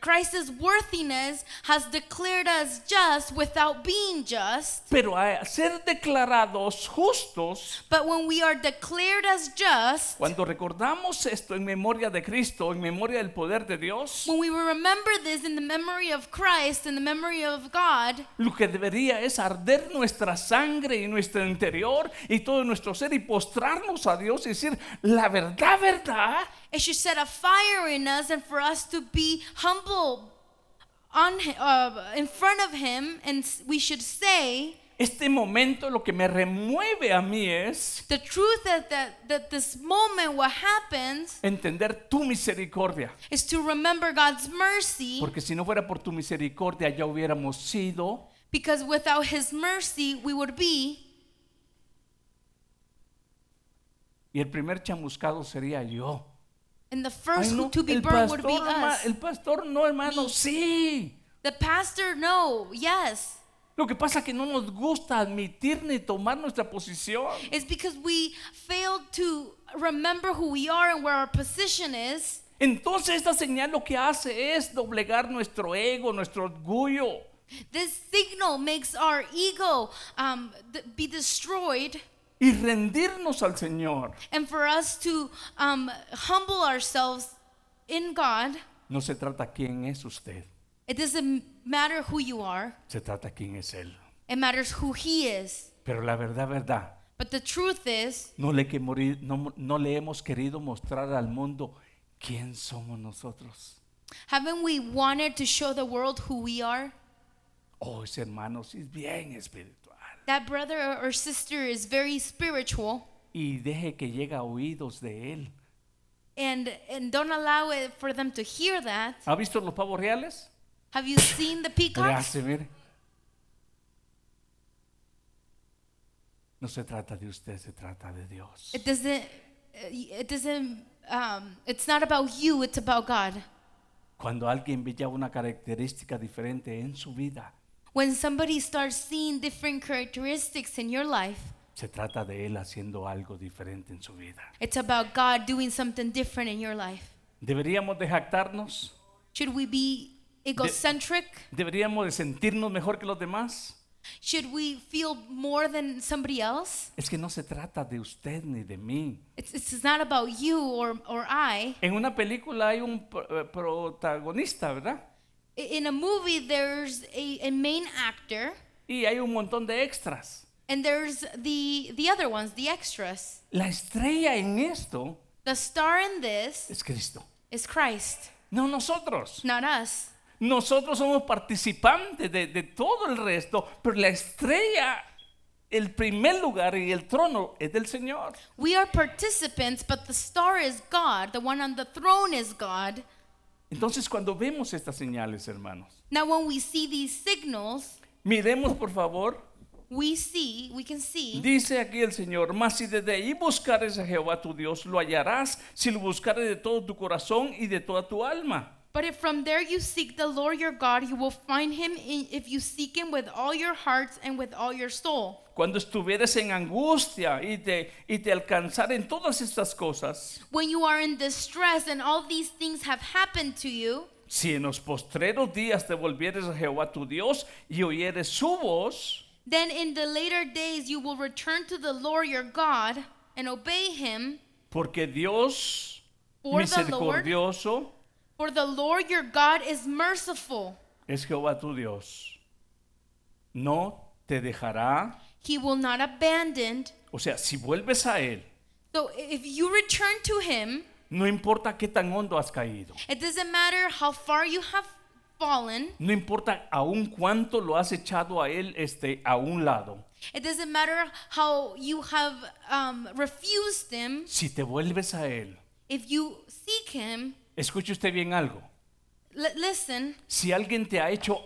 C: Christ's worthiness has declared us just without being just.
A: Pero a ser declarados justos
C: But when we are declared as just,
A: Cuando recordamos esto en memoria de Cristo, en memoria del poder de Dios,
C: when we remember this in the memory of Christ, in the memory of God,
A: lo que debería es arder nuestra sangre y nuestro interior y todo nuestro ser y postrarnos a Dios y decir, la verdad, verdad,
C: it should set a fire in us and for us to be humble on, Hi- uh, in front of Him, and s- we should say,
A: este momento lo que me remueve a mí es
C: The truth that, that, that this moment, what happens
A: entender tu misericordia.
C: is to remember God's mercy
A: Porque si no fuera por tu misericordia ya hubiéramos sido
C: because without His mercy, we would be,
A: y el primer chamuscado sería yo.
C: and the
A: Ay,
C: first
A: no,
C: who to be
A: el
C: burned would be
A: pastor, herma-
C: us.
A: el pastor no, hermano,
C: Me.
A: sí.
C: The pastor, no, yes.
A: Lo que pasa es que no nos gusta admitir ni tomar nuestra posición.
C: It's because we failed to remember who we are and where our position is.
A: Entonces esta señal lo que hace es doblegar nuestro ego, nuestro orgullo.
C: This signal makes our ego um, th- be destroyed
A: Y rendirnos al Señor.
C: and for us to um, humble ourselves in God.
A: No se trata quién es usted,
C: It doesn't matter who you are,
A: se trata quién es Él.
C: it matters who He is.
A: Pero la verdad, verdad,
C: But the truth is,
A: no le, que morir- no- no le hemos querido mostrar al mundo quién somos nosotros.
C: haven't we wanted to show the world who we are?
A: Oh, ese hermano sí es bien espiritual.
C: That brother or- or sister is very spiritual,
A: Y deje que llegue a oídos de Él.
C: and, and don't allow it for them to hear that.
A: ¿Ha visto los pavos reales?
C: Have you seen the
A: Le
C: peacocks?
A: hace, mire. No se trata de usted, se trata de Dios.
C: It doesn't. uh, It doesn't. Um, it's not about you. It's about God.
A: Cuando alguien ve ya una característica diferente en su vida,
C: When somebody starts seeing different characteristics in your life,
A: se trata de Él haciendo algo diferente en su vida.
C: it's about God doing something different in your life.
A: ¿Deberíamos de jactarnos?
C: Should we be egocentric?
A: ¿Deberíamos de sentirnos mejor que los demás?
C: Should we feel more than somebody else?
A: Es que no se trata de usted ni de mí.
C: It's, it's not about you or, or I.
A: En una película hay un pro- eh, protagonista, ¿verdad?
C: I- In a movie, there's a, a main actor,
A: Y hay un montón de extras.
C: and there's the the other ones, the extras.
A: La estrella en esto
C: The star in this
A: es Cristo.
C: is Christ,
A: No nosotros.
C: not us.
A: Nosotros somos participantes de, de todo el resto, pero la estrella, el primer lugar y el trono es del Señor.
C: We are participants, but the star is God. The one on the throne is God.
A: Entonces cuando vemos estas señales, hermanos,
C: Now, when we see these signals,
A: miremos por favor,
C: we see, we can see
A: dice aquí el Señor, mas si desde ahí buscares a Jehová tu Dios, lo hallarás si lo buscares de todo tu corazón y de toda tu alma.
C: But if from there you seek the Lord your God, you will find him in, if you seek him with all your hearts and with all your soul.
A: Cuando estuvieres en angustia y te, y te alcanzar en todas estas cosas,
C: When you are in distress and all these things have happened to you,
A: Si en los postreros días te volvieres a Jehová tu Dios y oyeres su voz,
C: then in the later days you will return to the Lord your God and obey him.
A: porque Dios
C: For the Lord,
A: misericordioso
C: for the Lord your God is merciful.
A: es Jehová tu Dios. No te dejará,
C: He will not abandon.
A: o sea, si vuelves a Él,
C: So if you return to him,
A: no importa qué tan hondo has caído,
C: it doesn't matter how far you have fallen.
A: no importa aún cuánto lo has echado a Él este, a un lado,
C: It doesn't matter how you have um, refused him.
A: si te vuelves a Él,
C: If you seek him,
A: escuche usted bien algo,
C: li- listen.
A: si alguien te ha hecho,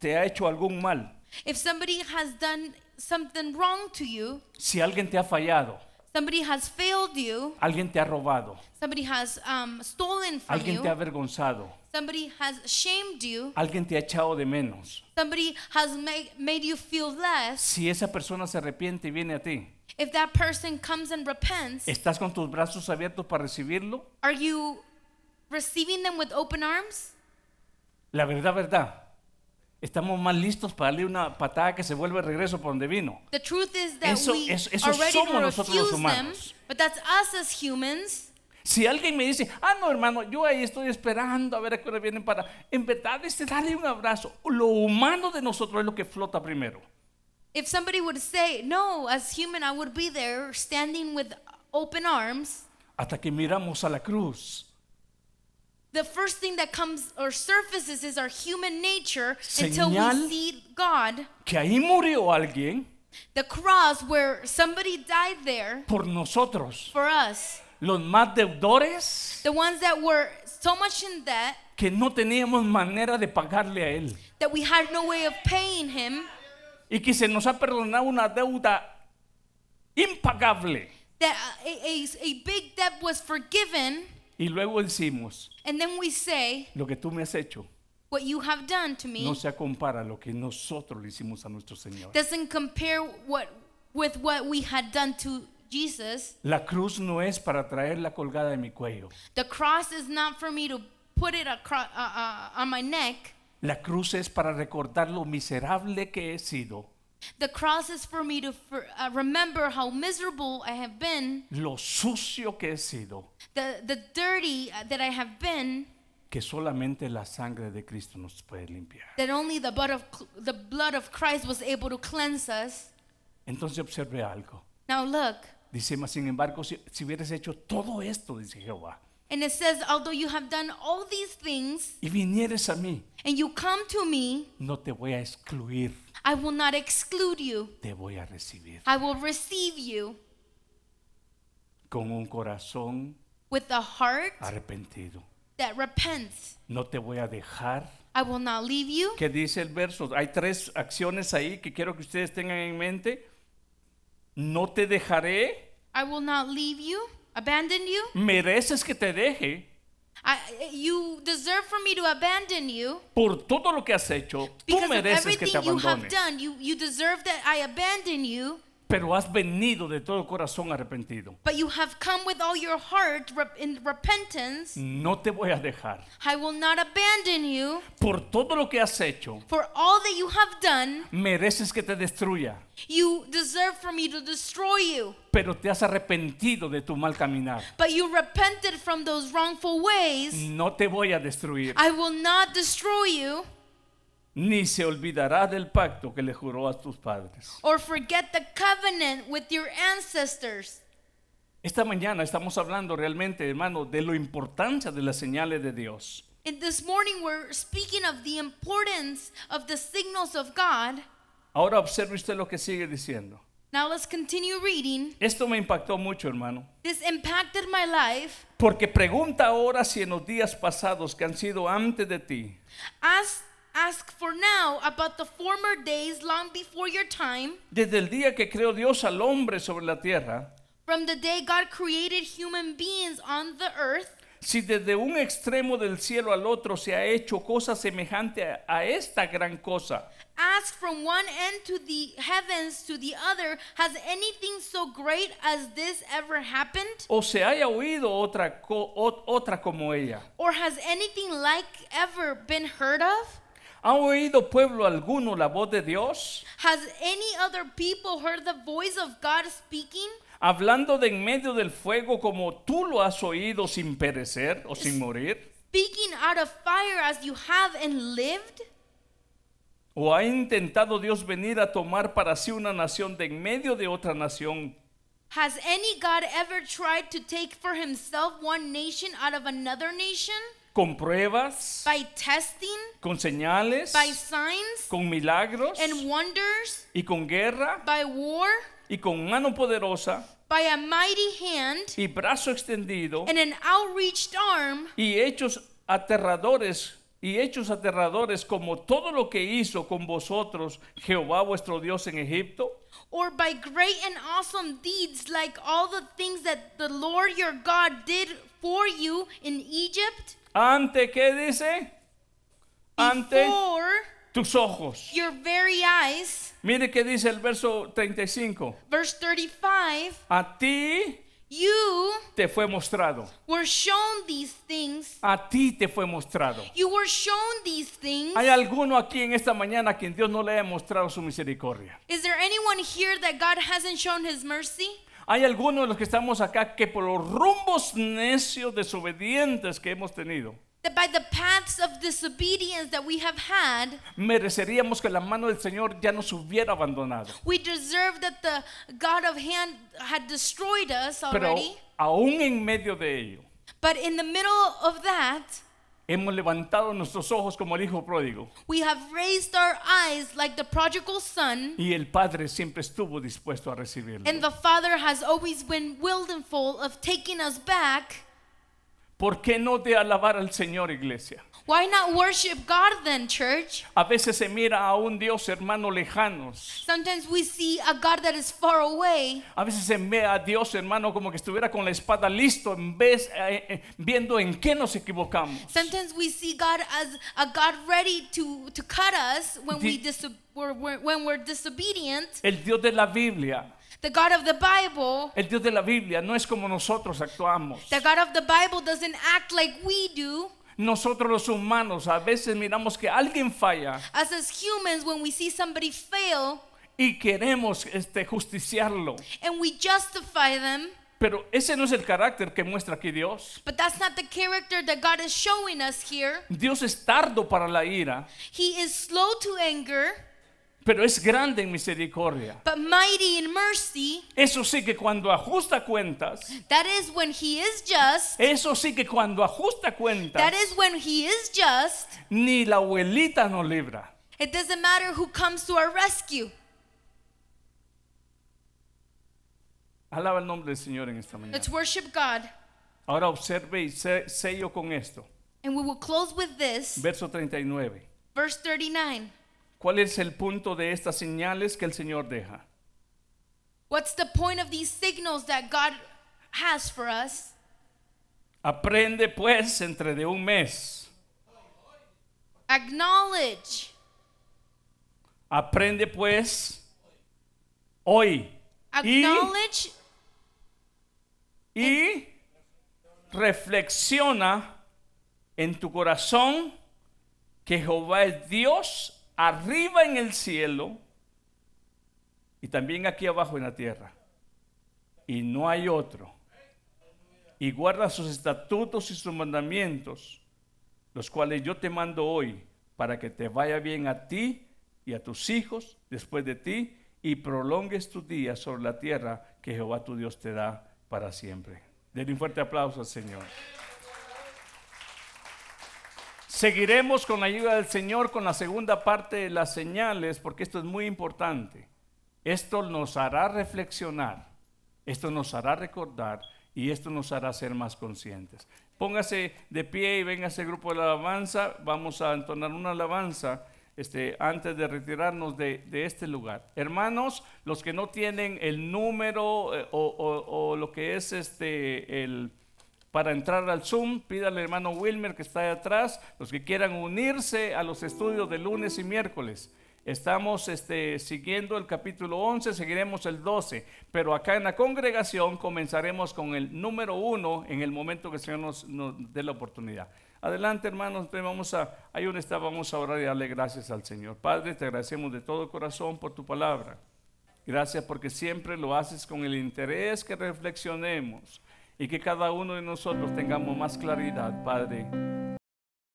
A: te ha hecho algún mal,
C: If somebody has done something wrong to you,
A: si alguien te ha fallado,
C: somebody has failed you,
A: alguien te ha robado,
C: somebody has um, stolen from
A: Alguien te ha
C: you,
A: avergonzado.
C: somebody has shamed you,
A: Alguien te ha echado de menos.
C: somebody has made, made you feel less,
A: Si esa persona se arrepiente y viene a ti,
C: if that person comes and repents,
A: ¿estás con tus brazos abiertos para recibirlo?
C: Are you receiving them with open arms?
A: La verdad, verdad. Estamos más listos para darle una patada que se vuelve de regreso por donde vino.
C: The truth is that
A: Eso-
C: we
A: eso- eso
C: are ready to
A: somos nosotros los
C: refuse them,
A: humanos.
C: but that's us as humans.
A: Si alguien me dice, ah, no, hermano, yo ahí estoy esperando a ver a qué hora vienen para. En verdad, este darle un abrazo. Lo humano de nosotros es lo que flota primero.
C: If somebody would say, "No, as human, I would be there, standing with open arms,"
A: Hasta que miramos a la cruz.
C: the first thing that comes or surfaces is our human nature until
A: Señal.
C: we see God,
A: Que ahí murió alguien
C: the cross, where somebody died there
A: por nosotros.
C: for us,
A: Los más deudores.
C: the ones that were so much in debt
A: que no teníamos manera de pagarle a Él
C: that we had no way of paying Him.
A: y que se nos ha perdonado una deuda impagable.
C: that a, a, a big debt was forgiven,
A: Y luego decimos,
C: and then we say,
A: lo que tú me has hecho
C: What you have done to me
A: no se compara a lo que nosotros le hicimos a nuestro Señor.
C: doesn't compare what, with what we had done to Jesus.
A: La cruz no es para traerla colgada de mi cuello.
C: The cross is not for me to put it across, uh, uh, on my neck,
A: La cruz es para recordar lo miserable que he sido,
C: the cross is for me to for, uh, remember how miserable I have been,
A: lo sucio que he sido,
C: the, the dirty uh, that I have been.
D: que solamente la sangre de Cristo nos puede limpiar.
C: that only the blood of the blood of Christ was able to cleanse us.
D: Entonces observe algo.
C: Now look,
D: Dice, mas sin embargo, si, si hubieras hecho todo esto, dice Jehová,
C: and it says, although you have done all these things
D: y vinieres a mí,
C: and you come to me,
D: no te voy a excluir,
C: I will not exclude you.
D: te voy a recibir.
C: I will receive you
D: Con un corazón
C: with a heart
D: arrepentido.
C: that repents.
D: No te voy a dejar.
C: I will not leave you.
A: ¿Qué dice el verso? Hay tres acciones ahí que quiero que ustedes tengan en mente. No te dejaré.
C: I will not leave you, abandon you.
A: Mereces que te deje
C: I, you deserve for me to abandon you
A: por todo lo que has hecho. Tú
C: because of
A: mereces que te
C: everything you have
A: abandone.
C: done. You, you deserve that I abandon you,
A: Pero has venido de todo corazón arrepentido.
C: but you have come with all your heart rep- in repentance.
A: No te voy a dejar.
C: I will not abandon you
A: Por todo lo que has hecho,
C: for all that you have done.
A: mereces que te destruya.
C: You deserve for me to destroy you,
A: Pero te has arrepentido de tu mal caminar.
C: but you repented from those wrongful ways.
A: No te voy a destruir.
C: I will not destroy you
A: Ni se olvidará del pacto que le juró a tus padres.
C: or forget the covenant with your ancestors.
A: Esta mañana estamos hablando realmente, hermano, de la importancia de las señales de Dios.
C: And this morning we're speaking of the importance of the signals of God.
A: Ahora observe usted lo que sigue diciendo.
C: Now let's continue reading.
A: Esto me impactó mucho, hermano.
C: This impacted my life.
A: Porque pregunta ahora si en los días pasados que han sido antes de ti,
C: Ask, ask for now about the former days long before your time,
A: desde el día que creó Dios al hombre sobre la tierra,
C: from the day God created human beings on the earth,
A: si desde un extremo del cielo al otro se ha hecho cosa semejante a, a esta gran cosa,
C: ask from one end to the heavens to the other, has anything so great as this ever happened?
A: o se haya oído otra, co- o- otra como ella.
C: Or has anything like ever been heard of?
A: ¿Ha oído pueblo alguno la voz de Dios?
C: Has any other people heard the voice of God speaking?
A: hablando de en medio del fuego como tú lo has oído sin perecer o sin morir?
C: Speaking out of fire as you have and lived?
A: ¿O ha intentado Dios venir a tomar para sí una nación de en medio de otra nación?
C: Has any God ever tried to take for himself one nation out of another nation?
A: ¿Con pruebas?
C: By testing,
A: ¿Con señales?
C: by signs,
A: ¿Con milagros?
C: and wonders,
A: ¿Y con guerra?
C: by war,
A: ¿Y con mano poderosa?
C: by a mighty hand,
A: ¿Y brazo extendido?
C: and an outreached arm,
A: ¿Y hechos aterradores? Y hechos aterradores como todo lo que hizo con vosotros Jehová vuestro Dios en Egipto?
C: or by great and awesome deeds like all the things that the Lord your God did for you in Egypt
A: Ante, ¿qué dice? Ante
C: before
A: tus ojos.
C: your very eyes.
A: Mire qué dice el verso 35.
C: Verse 35
A: A ti
C: You
A: te fue mostrado.
C: were shown these things.
A: A ti te fue mostrado.
C: You were shown these things.
A: ¿Hay alguno aquí en esta mañana a quien Dios no le haya mostrado su misericordia?
C: Is there anyone here that God hasn't shown his mercy?
A: ¿Hay alguno de los que estamos acá que por los rumbos necios, desobedientes que hemos tenido,
C: That by the paths of disobedience that we have had,
A: mereceríamos que la mano del Señor ya nos hubiera abandonado?
C: we deserve that the God of hand had destroyed us
A: Pero
C: already.
A: aún en medio de ello,
C: But in the middle of that,
A: hemos levantado nuestros ojos como el hijo pródigo
C: we have raised our eyes like the prodigal son,
A: y el Padre siempre estuvo dispuesto a recibirlo.
C: and the Father has always been willful of taking us back.
A: ¿Por qué no de alabar al Señor, iglesia?
C: Why not worship God then, church?
A: A veces se mira a un Dios hermano lejanos.
C: Sometimes we see a God that is far away.
A: A veces se ve a Dios hermano como que estuviera con la espada listo en vez eh, eh, viendo en qué nos equivocamos.
C: Sometimes we see God as a God ready to, to cut us when, we
A: Di-
C: diso- we're, we're, when we're disobedient.
A: El Dios de la Biblia,
C: The God of the Bible,
A: el Dios de la Biblia no es como nosotros actuamos.
C: the God of the Bible doesn't act like we do.
A: Nosotros los humanos a veces miramos que alguien falla
C: Us as humans, when we see somebody fail
A: y queremos este, justiciarlo.
C: and we justify them,
A: Pero ese no es el carácter que muestra aquí Dios.
C: But that's not the character that God is showing us here.
A: Dios es tardo para la ira,
C: He is slow to anger,
A: pero es grande en misericordia.
C: but mighty in mercy.
A: Eso sí que cuando ajusta cuentas,
C: That is when He is just.
A: eso sí que cuando ajusta cuentas,
C: That is when He is just.
A: ni la abuelita nos libra.
C: It doesn't matter who comes to our rescue.
A: Alaba el nombre del Señor en esta mañana.
C: Let's worship God.
A: Ahora observe y se- sello con esto.
C: And we will close with this.
A: Verso 39.
C: Verse 39.
A: ¿Cuál es el punto de estas señales que el Señor deja?
C: What's the point of these signals that God has for us?
A: Aprende pues entre de un mes.
C: Acknowledge.
A: Aprende pues hoy. Y,
C: Acknowledge
A: y reflexiona en tu corazón que Jehová es Dios arriba en el cielo y también aquí abajo en la tierra. Y no hay otro. Y guarda sus estatutos y sus mandamientos, los cuales yo te mando hoy, para que te vaya bien a ti y a tus hijos después de ti, y prolongues tus días sobre la tierra que Jehová tu Dios te da para siempre. Denle un fuerte aplauso al Señor. Seguiremos con la ayuda del Señor con la segunda parte de las señales, porque esto es muy importante. Esto nos hará reflexionar, esto nos hará recordar y esto nos hará ser más conscientes. Póngase de pie y venga ese grupo de la alabanza. Vamos a entonar una alabanza este, antes de retirarnos de, de este lugar. Hermanos, los que no tienen el número eh, o, o- o lo que es este, el, para entrar al Zoom, pídale al hermano Wilmer que está ahí atrás, los que quieran unirse a los estudios de lunes y miércoles. Estamos este, siguiendo el capítulo 11, seguiremos el 12, pero acá en la congregación comenzaremos con el número 1 en el momento que el Señor nos, nos dé la oportunidad. Adelante hermanos, entonces vamos a, ahí donde está, vamos a orar y darle gracias al Señor. Padre, te agradecemos de todo corazón por tu palabra. Gracias porque siempre lo haces con el interés que reflexionemos y que cada uno de nosotros tengamos más claridad, Padre,